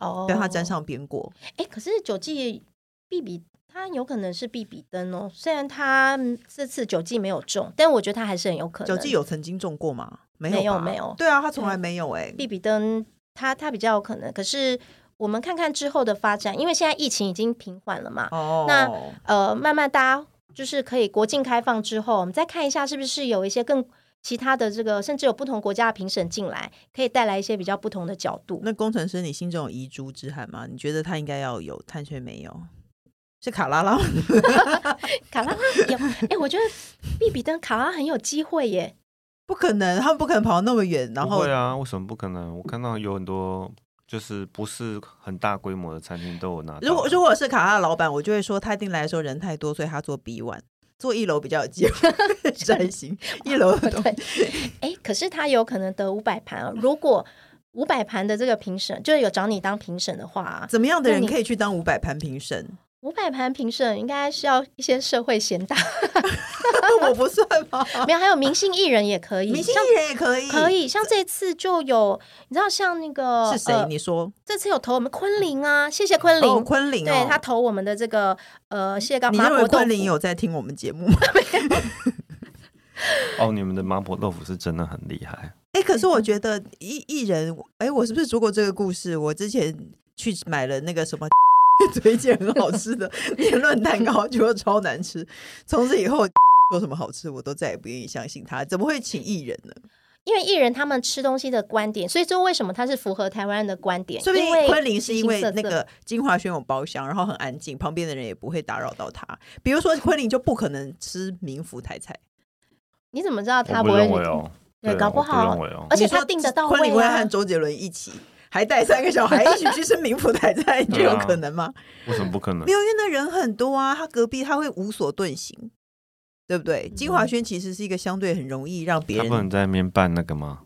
S2: 哦，
S1: 被他沾。上边过？
S2: 哎，可是九季必比。它有可能是必比登哦，虽然它嗯这次九季没有中，但我觉得它还是很有可能。
S1: 九记有曾经中过吗？没有吧，
S2: 没有没有
S1: 对啊，他从来没有哎、
S2: 比比登它它比较有可能，可是我们看看之后的发展，因为现在疫情已经平缓了嘛，
S1: 哦，
S2: 那呃，慢慢大家就是可以国境开放之后，我们再看一下是不是有一些更其他的这个，甚至有不同国家的评审进来，可以带来一些比较不同的角度。
S1: 那工程师，你心中有遗珠之憾吗？你觉得他应该要有，但却没有，是卡拉拉吗
S2: 卡拉拉有，哎、我觉得比比登卡拉拉很有机会耶。
S1: 不可能，他们不可能跑那么远，然
S3: 不
S1: 后
S3: 会啊，为什么不可能？我看到有很多就是不是很大规模的餐厅都有拿到啊。
S1: 如果如果是卡拉的老板，我就会说他一定来的时候人太多，所以他做 B one，做一楼比较有机会 [laughs] 摘星。一楼的东
S2: 对，哎、可是他有可能得五百盘啊。如果五百盘的这个评审，就是有找你当评审的话、啊，
S1: 怎么样的
S2: 那
S1: 人
S2: 你
S1: 可以去当五百盘评
S2: [laughs]
S1: 审？
S2: 五百盘评审应该是要一些社会贤达，
S1: 我不算吗？
S2: [laughs] 没有，还有明星艺人也可以，
S1: 明星
S2: 像
S1: 艺人也可以，
S2: 可以，像这次就有，你知道像那个
S1: 是谁？
S2: 呃
S1: 你说
S2: 这次有投我们昆凌啊，谢谢昆凌，
S1: 哦，昆凌
S2: 对
S1: 哦，嗯
S2: 他投我们的这个呃谢高
S1: 你
S2: 麻
S1: 认
S2: 婆
S1: 为
S2: 豆
S1: 昆
S2: 腐，
S1: 凌有在听我们节目吗？
S3: 哦，你们的麻婆豆腐是真的很厉害。
S1: 哎，可可
S2: 嗯
S1: 是我觉得艺艺人，哎，我是不是说过这个故事？我之前去买了那个什么。 [laughs] 推荐很好吃
S2: [laughs]
S1: 的年论蛋糕，结果超难吃。从此以后说什么好吃，我都再也不愿意相信他。怎么会请艺人呢？
S2: 因为艺人他们吃东西的观点，所以就为什么他是符合台湾人的观点？
S1: 说不定
S2: 因为
S1: 昆凌是因为
S2: 形形色
S1: 那
S2: 色
S1: 个金华轩有包厢，然后很安静，旁边的人也不会打扰到他。比如说昆凌就不可能吃民福台菜，
S2: 你怎么知道他
S3: 我不
S2: 会
S3: 认为哦，
S2: 对，搞
S3: 我不
S2: 好
S3: 认，为哦
S2: 而，且
S1: 你说
S2: 他订得到
S1: 昆凌会
S2: 位啊
S1: 和。周杰伦一起，还带三个小孩一起去吃民福台菜，
S2: [laughs]
S1: 你觉得有可能吗？
S3: 为什么不可能
S1: 没？有，因为那人很多啊，他隔壁他会无所遁形，对不对？金
S2: 嗯
S1: 华轩其实是一个相对很容易让别
S3: 他不能
S1: 人
S3: 在那边办那个吗？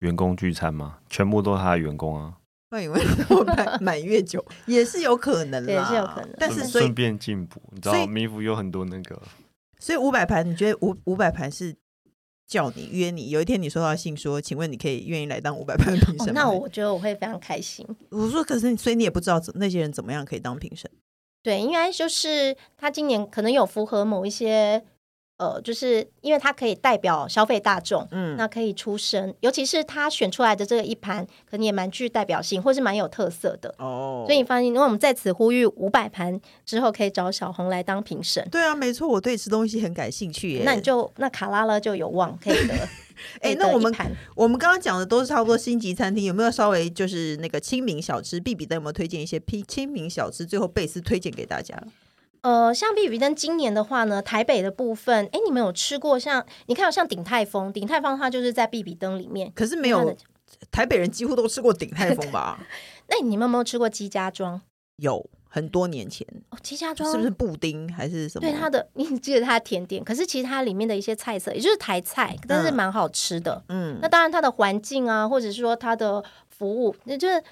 S3: 员工聚餐吗？全部都是他的员工啊，
S1: 换以 [laughs] 为满满月酒也是有可能啦，
S2: 对是有可能
S1: 但是
S3: 顺
S1: 所以
S3: 顺便进补，你知
S1: 所
S3: 道
S1: 以
S3: 迷服有很多那个，
S1: 所以五百盘，你觉得五五百盘是叫你约你？有一天你收到信说，请问你可以愿意来当五百盘评
S2: 哦
S1: 审吗？
S2: 那我觉得我会非常开心。
S1: 我说，可是你所以你也不知道怎那些人怎么样可以当评审。
S2: 对，应该就是他今年可能有符合某一些，呃，就是因为他可以代表消费大众，
S1: 嗯
S2: 那可以出声，尤其是他选出来的这个一盘，可能也蛮具代表性，或是蛮有特色的。
S1: 哦
S2: 所以你放心，因为我们在此呼吁五百盘之后可以找小红来当评审，
S1: 对啊，没错，我对吃东西很感兴趣耶。。
S2: 那你就那卡拉了就有望可以得
S1: [laughs] 哎
S2: 可以
S1: 那
S2: 得
S1: 我
S2: 一
S1: 们
S2: 盘
S1: 我们刚刚讲的都是差不多星级餐厅，有没有稍微就是那个亲民小吃？必比登有没有推荐一些批亲民小吃？最后贝斯推荐给大家。
S2: 呃，像比比登今年的话呢，台北的部分，哎，你们有吃过像你看有像鼎泰丰，鼎泰丰它就是在比比登里面，
S1: 可是没
S2: 它
S1: 有
S2: 的，
S1: 台北人几乎都吃过鼎泰丰吧？
S2: [laughs] 那你们有没有吃过鸡家庄？
S1: 有很多年前，
S2: 哦，鸡家庄
S1: 是不是布丁还是什么？
S2: 对它的， [laughs] 你记得它的甜点，可是其实它里面的一些菜色，也就是台菜，但是蛮好吃的。
S1: 嗯
S2: 那当然它的环境啊，或者是说它的服务，那就是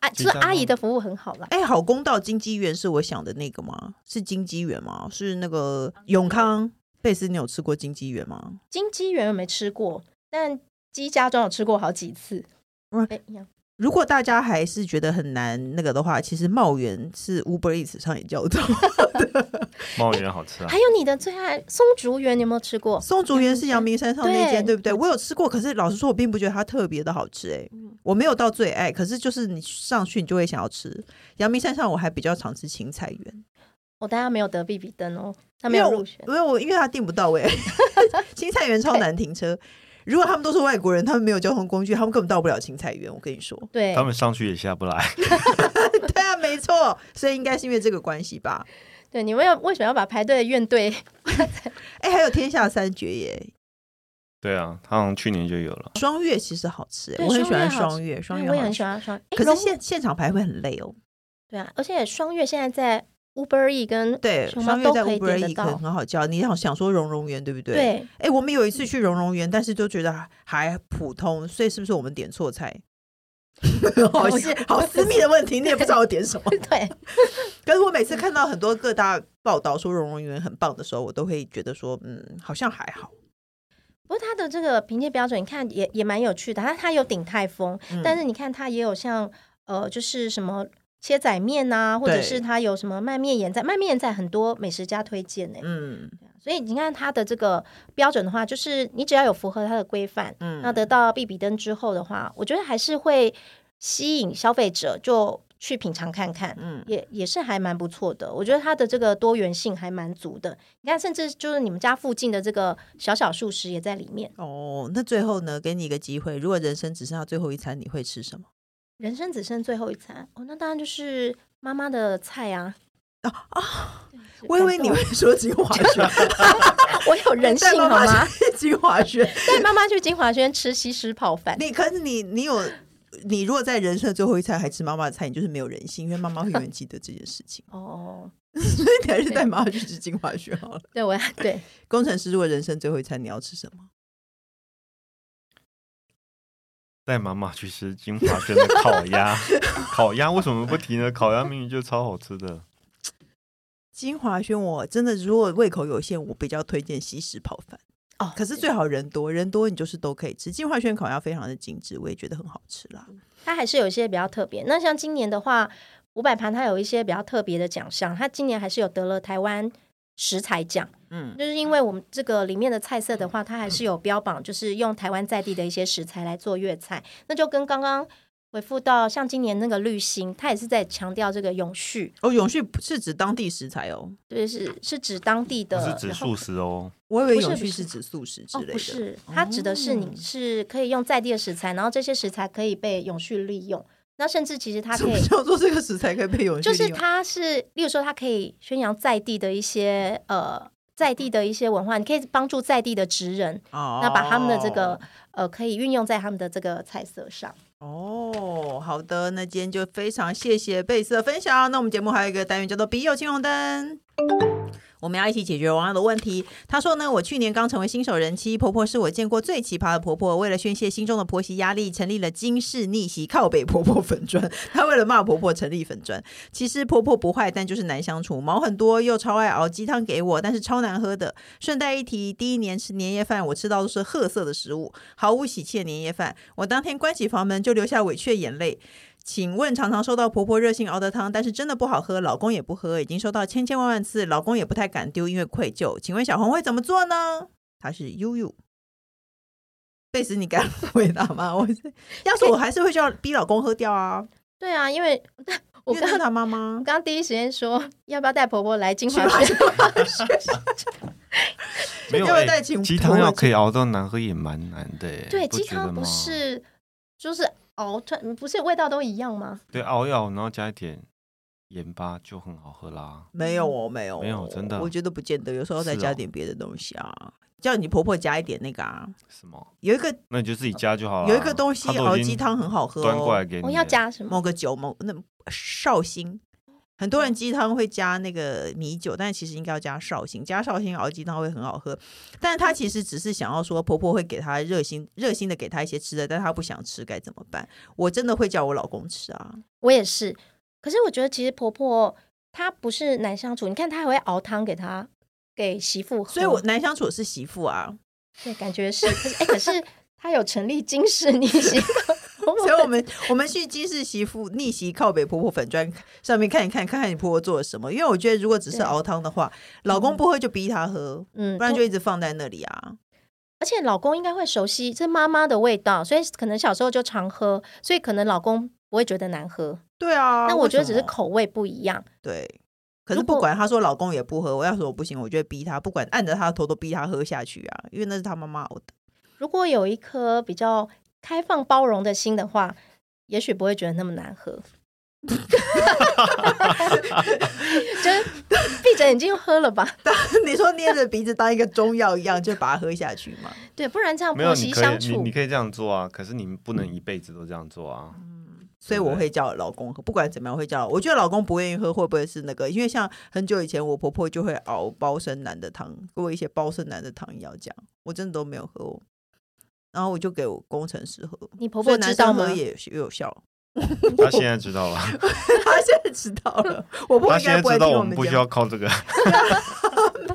S2: 啊，
S3: 鸡
S2: 就是
S3: 家
S2: 阿姨
S3: 庄
S2: 的服务很好啦。
S1: 哎、好公道金鸡园是我想的那个吗？是金鸡园吗？是那个永康贝斯，你有吃过金鸡园吗？
S2: 金鸡园我没吃过，但鸡家庄有吃过好几次。
S1: 哇
S2: 哎一样
S1: 如果大家还是觉得很难那个的话，其实茂源是 Uber Eats 上也叫得到。
S3: 茂源好吃啊
S1: 哎
S2: 还，有你的最爱松竹园，你有没有吃过？
S1: 松竹园是阳明山上那间，对
S2: 对嗯
S1: 不对？我有吃过，可是老实说，我并不觉得它特别的好吃、哎、我没有到最爱，可是就是你上去你就会想要吃。阳明山上我还比较常吃芹菜园，
S2: 我大家没有得比比登哦，他
S1: 因
S2: 没
S1: 为
S2: 有
S1: 我
S2: 入选。
S1: 因为我因为它订不
S2: [laughs]
S1: 到位、芹菜园超难停车。如果他们都是外国人，他们没有交通工具，他们根本到不了芹菜园。我跟你
S2: [laughs]
S1: 说，
S2: 对
S3: 他们上去也下不来， [laughs]
S1: 对啊，没错，所以应该是因为这个关系吧。
S2: 对，你们要为什么要把排队的怨队？
S1: 哎、还有天下三绝耶，
S3: 对啊，他好像去年就有了，
S1: 双月其实好吃、哎，
S2: 对
S1: 我很喜欢双
S2: 双
S1: 月，双
S2: 因
S1: 月
S2: 为我也
S1: 好
S2: 很
S1: 吃
S2: 喜欢双，哎
S1: 可
S2: 荣
S1: 是现现场排会很累哦。
S2: 对啊，而且双月现在在 Uber E 跟
S1: 对，
S2: 熊
S1: 双
S2: 猫
S1: 月
S2: 都
S1: 在
S2: 可以
S1: Uber
S2: 点得
S1: E 可能
S2: 到。
S1: 很好叫。你想想说蓉蓉园对不对？。
S2: 对，嗯
S1: 哎、我们有一次去蓉蓉园，但是就觉得还普通，所以是不是我们点错菜？ [laughs] 好
S2: 我是
S1: 好私密的问题，你也不知道我点什么。
S2: 对， [laughs]
S1: 可是我每次看到很多各大报道说蓉蓉园很棒的时候，我都会觉得说，嗯，好像还好。
S2: 不过它的这个评鉴标准，你看也也蛮有趣的。它它有鼎泰丰，
S1: 嗯
S2: 但是你看它也有像呃，就是什么切仔面呐、或者
S1: 对
S2: 是它有什么麦面盐仔，麦面盐仔很多美食家推荐呢、
S1: 嗯
S2: 所以你看它的这个标准的话，就是你只要有符合它的规范，
S1: 嗯
S2: 那得到必比登之后的话，我觉得还是会吸引消费者就去品尝看看。
S1: 嗯，
S2: 也也是还蛮不错的，我觉得它的这个多元性还蛮足的。你看，甚至就是你们家附近的这个小小素食也在里面。
S1: 哦，那最后呢，给你一个机会，如果人生只剩下最后一餐，你会吃什么？
S2: 人生只剩最后一餐哦，那当然就是妈妈的菜啊！啊啊！
S1: 哦我以为你会说金华轩，
S2: 啊我有
S1: [laughs]
S2: 人性好
S1: 带妈妈
S2: 吗？
S1: 去金华轩。
S2: 带妈妈去金华轩吃西施泡饭，。
S1: 你可是你你有你如果在人生的最后一餐还吃妈妈的菜，你就是没有人性，因为妈妈会永远记得这件事情 [laughs]
S2: 哦，
S1: 所以你还是带妈妈去吃金华轩好了。
S2: 对，我要对
S1: 工程师如果人生最后一餐你要吃什么？
S3: 带妈妈去吃金华轩的烤
S1: [laughs]
S3: 鸭，烤鸭为什么不提呢？烤鸭明明就超好吃的，
S1: 金华轩我真的如果胃口有限，我比较推荐西式泡饭。
S2: 哦，
S1: 可是最好人多，人多你就是都可以吃。金华轩烤鸭非常的精致，我也觉得很好吃啦。
S2: 它还是有一些比较特别。那像今年的话，五百盘它有一些比较特别的奖项，它今年还是有得了台湾食材奖。
S1: 嗯
S2: 就是因为我们这个里面的菜色的话，它还是有标榜，就是用台湾在地的一些食材来做粤菜，那就跟刚刚回复到像今年那个绿星，它也是在强调这个永续，
S1: 哦，永续不是指当地食材哦，
S2: 就是是指当地
S3: 不
S2: 的，
S3: 是指
S2: 然后
S3: 素食哦，
S1: 我以为
S2: 不是
S1: 永
S2: 不
S1: 续
S2: 是
S1: 是指素食之
S2: 哦
S1: 类，的。哦 [laughs]
S2: 不是，它指的是你是可以用在地的食材，然后这些食材可以被永续利用。那甚至其实它
S1: 什
S2: 可
S1: 么
S2: 以，
S1: 叫做这个食材可以被永续
S2: 就是
S1: 利用
S2: 它是，例如说它可以宣扬在地的一些呃在地的一些文化，你可以帮助在地的职人，
S1: 哦
S2: 那把他们的这个
S3: 哦
S2: 呃可以运用在他们的这个菜色上。
S1: 哦，好的，那今天就非常谢谢贝斯的分享。那我们节目还有一个单元叫做“笔友青红灯”。我们要一起解决网友的问题。他说呢，我去年刚成为新手人妻，婆婆是我见过最奇葩的婆婆。为了宣泄心中的婆媳压力，成立了金氏逆袭靠北婆婆粉砖。她为了骂婆婆成立粉砖。其实婆婆不坏，但就是难相处，毛很多，又超爱熬鸡汤给我，但是超难喝的。顺带一提，第一年吃年夜饭，我吃到都是褐色的食物，毫无喜气的年夜饭。我当天关起房门就流下委屈的眼泪。请问，常常收到婆婆热心熬的汤，但是真的不好喝，老公也不喝，已经收到千千万万次，老公也不太敢丢，因为愧疚。请问小红会怎么做呢？她是悠悠。贝斯，你敢回答吗？我是要是我还是会叫逼老公喝掉啊，
S2: 对啊，因为 [laughs] 我
S1: 因为那
S2: 刚
S1: 是
S2: 我
S1: 他妈妈。
S2: 刚第一时间说要不要带婆婆来金华
S1: 去吧
S2: 轩，
S3: 没有
S1: 要不要
S3: 哎
S1: 带请
S3: 鸡
S1: 婆
S3: 汤
S1: 婆
S3: 要
S1: 去
S3: 可以熬到难喝也蛮难的哎，
S2: [laughs] 对，鸡
S3: 觉得
S2: 汤不
S3: 吗
S2: 是就是熬出来，不是味道都一样吗？
S3: 对熬一熬，然后加一点盐巴就很好喝啦。
S1: 没有哦，没有哦，
S3: 没有真的
S1: 我觉得不见得，有时候再
S3: 是哦
S1: 加点别的东西啊，叫你婆婆加一点那个啊，
S3: 什么？
S1: 有一个
S3: 那你就自己加就好了。
S1: 呃有一个东西
S3: 它都已
S1: 熬
S3: 经
S1: 鸡汤很好喝
S3: 端过来
S1: 哦，
S3: 给你了，
S2: 我要加什么？
S1: 某个酒某那绍兴。很多人鸡汤会加那个米酒，但其实应该要加绍兴，加绍兴熬鸡汤会很好喝。但是她其实只是想要说，婆婆会给她热心热心的给她一些吃的，但她不想吃该怎么办？我真的会叫我老公吃啊，
S2: 我也是，可是我觉得其实婆婆她不是难相处，你看她还会熬汤给她给媳妇喝，
S1: 所以我难相处的是媳妇啊，
S2: 对感觉是，可是哎、可是她有成立金氏 [laughs] 逆袭婆
S1: 所以我
S2: 婆，
S1: 们我们去金氏媳妇逆袭靠北婆婆粉砖上面看一看，看看你婆婆做了什么。因为我觉得如果只是
S2: 对
S1: 熬汤的话，老公不喝就逼她喝，
S2: 嗯
S1: 不然就一直放在那里啊。
S2: 而且老公应该会熟悉这妈妈的味道，所以可能小时候就常喝，所以可能老公不会觉得难喝，
S1: 对啊，
S2: 但我觉得
S1: 为
S2: 只
S1: 什
S2: 是
S1: 么
S2: 口味不一样。
S1: 对。可是
S2: 如
S1: 不
S2: 果
S1: 管她说老公也不喝，我要说我不行，我就会逼她，不管按着她的头都逼她喝下去啊，因为那是她妈妈熬的。 [laughs]
S2: 如果有一颗比较开放包容的心的话，也许不会觉得那么难喝。 [laughs] 就是闭着眼睛就喝了吧，
S1: 你说捏着鼻子当一个中药一样，就把它喝下去嘛？
S2: 对，不然这样
S3: 没有
S2: 婆
S3: 你
S2: 媳
S3: 可
S2: 相
S3: 以你
S2: 处
S3: 你，可以这样做啊，可是你们不能一辈子都这样做
S1: [laughs]
S3: 啊。
S1: 所以我会叫老公喝，不管怎么样我会叫。我觉得老公不愿意喝，会不会是那个？因为像很久以前，我婆婆就会熬包生男的汤，给我一些包生男的汤药这样，我真的都没有喝、哦。然后我就给我工程师喝，
S2: 你婆
S1: 所以
S2: 婆
S1: 男
S2: 知
S1: 生
S2: 道吗
S1: 喝？也也有效。
S3: 他现在知道了，
S1: 他现在知道
S3: [laughs]
S1: 了，我婆婆
S3: 他
S1: 应
S3: 现在
S1: 该不会
S3: 知道
S1: 听
S3: 我
S1: 们
S3: 们不
S1: 节
S3: 需
S1: 目。
S3: 要靠这
S2: [laughs]
S3: 个。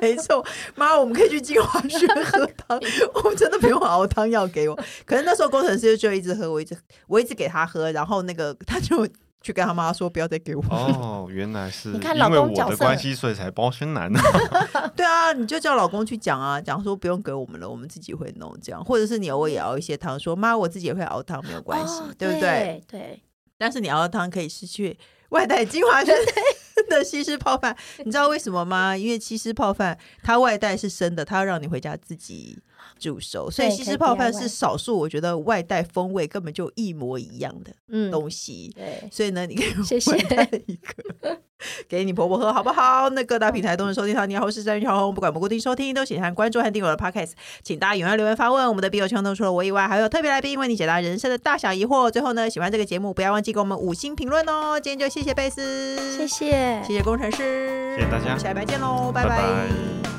S1: 没错，妈，我们可以去金华轩喝汤，我真的不用熬汤药给我。 [laughs] 可是那时候工程师就一直喝，我一直我一直给他喝，然后那个他就去跟他妈说不要再给我。
S3: 哦，原来是
S2: 你看
S3: 因为
S2: 老公
S3: 我
S2: 角
S3: 的
S2: 色
S3: 关系，所以才包生男的。
S1: [laughs] 对啊，你就叫老公去讲啊，讲说不用给我们了，我们自己会弄这样，或者是你偶尔也熬一些汤，说妈，我自己也会熬汤，没有关系，
S2: 哦
S1: 对不对？
S2: 对？对，
S1: 但是你熬的汤可以是去外带精华轩 [laughs] 的西施泡饭，你知道为什么吗？因为西施泡饭它外带是生的，它要让你回家自己煮熟，所以
S2: 对
S1: 西
S2: 可以
S1: 施泡饭
S2: DIY
S1: 是少数我觉得外带风味根本就一模一样的
S2: 嗯，
S1: 东西。
S2: 对，
S1: 所以呢，你可以
S2: 谢谢
S1: 外带一个 [laughs] 给你婆婆喝，好不好？那各大平台都能收听到。你好，我是詹小红，不管我们固定收听，都请按关注和订阅我的 podcast。请大家踊跃留言发问。我们的笔友圈都除了我以外，还有特别来宾为你解答人生的大小疑惑。最后呢，喜欢这个节目，不要忘记给我们五星评论哦。今天就谢谢贝斯，
S2: 谢谢，
S1: 谢谢工程师，
S3: 谢谢大家
S1: 我们下礼拜见喽，
S3: 拜
S1: 拜
S3: 拜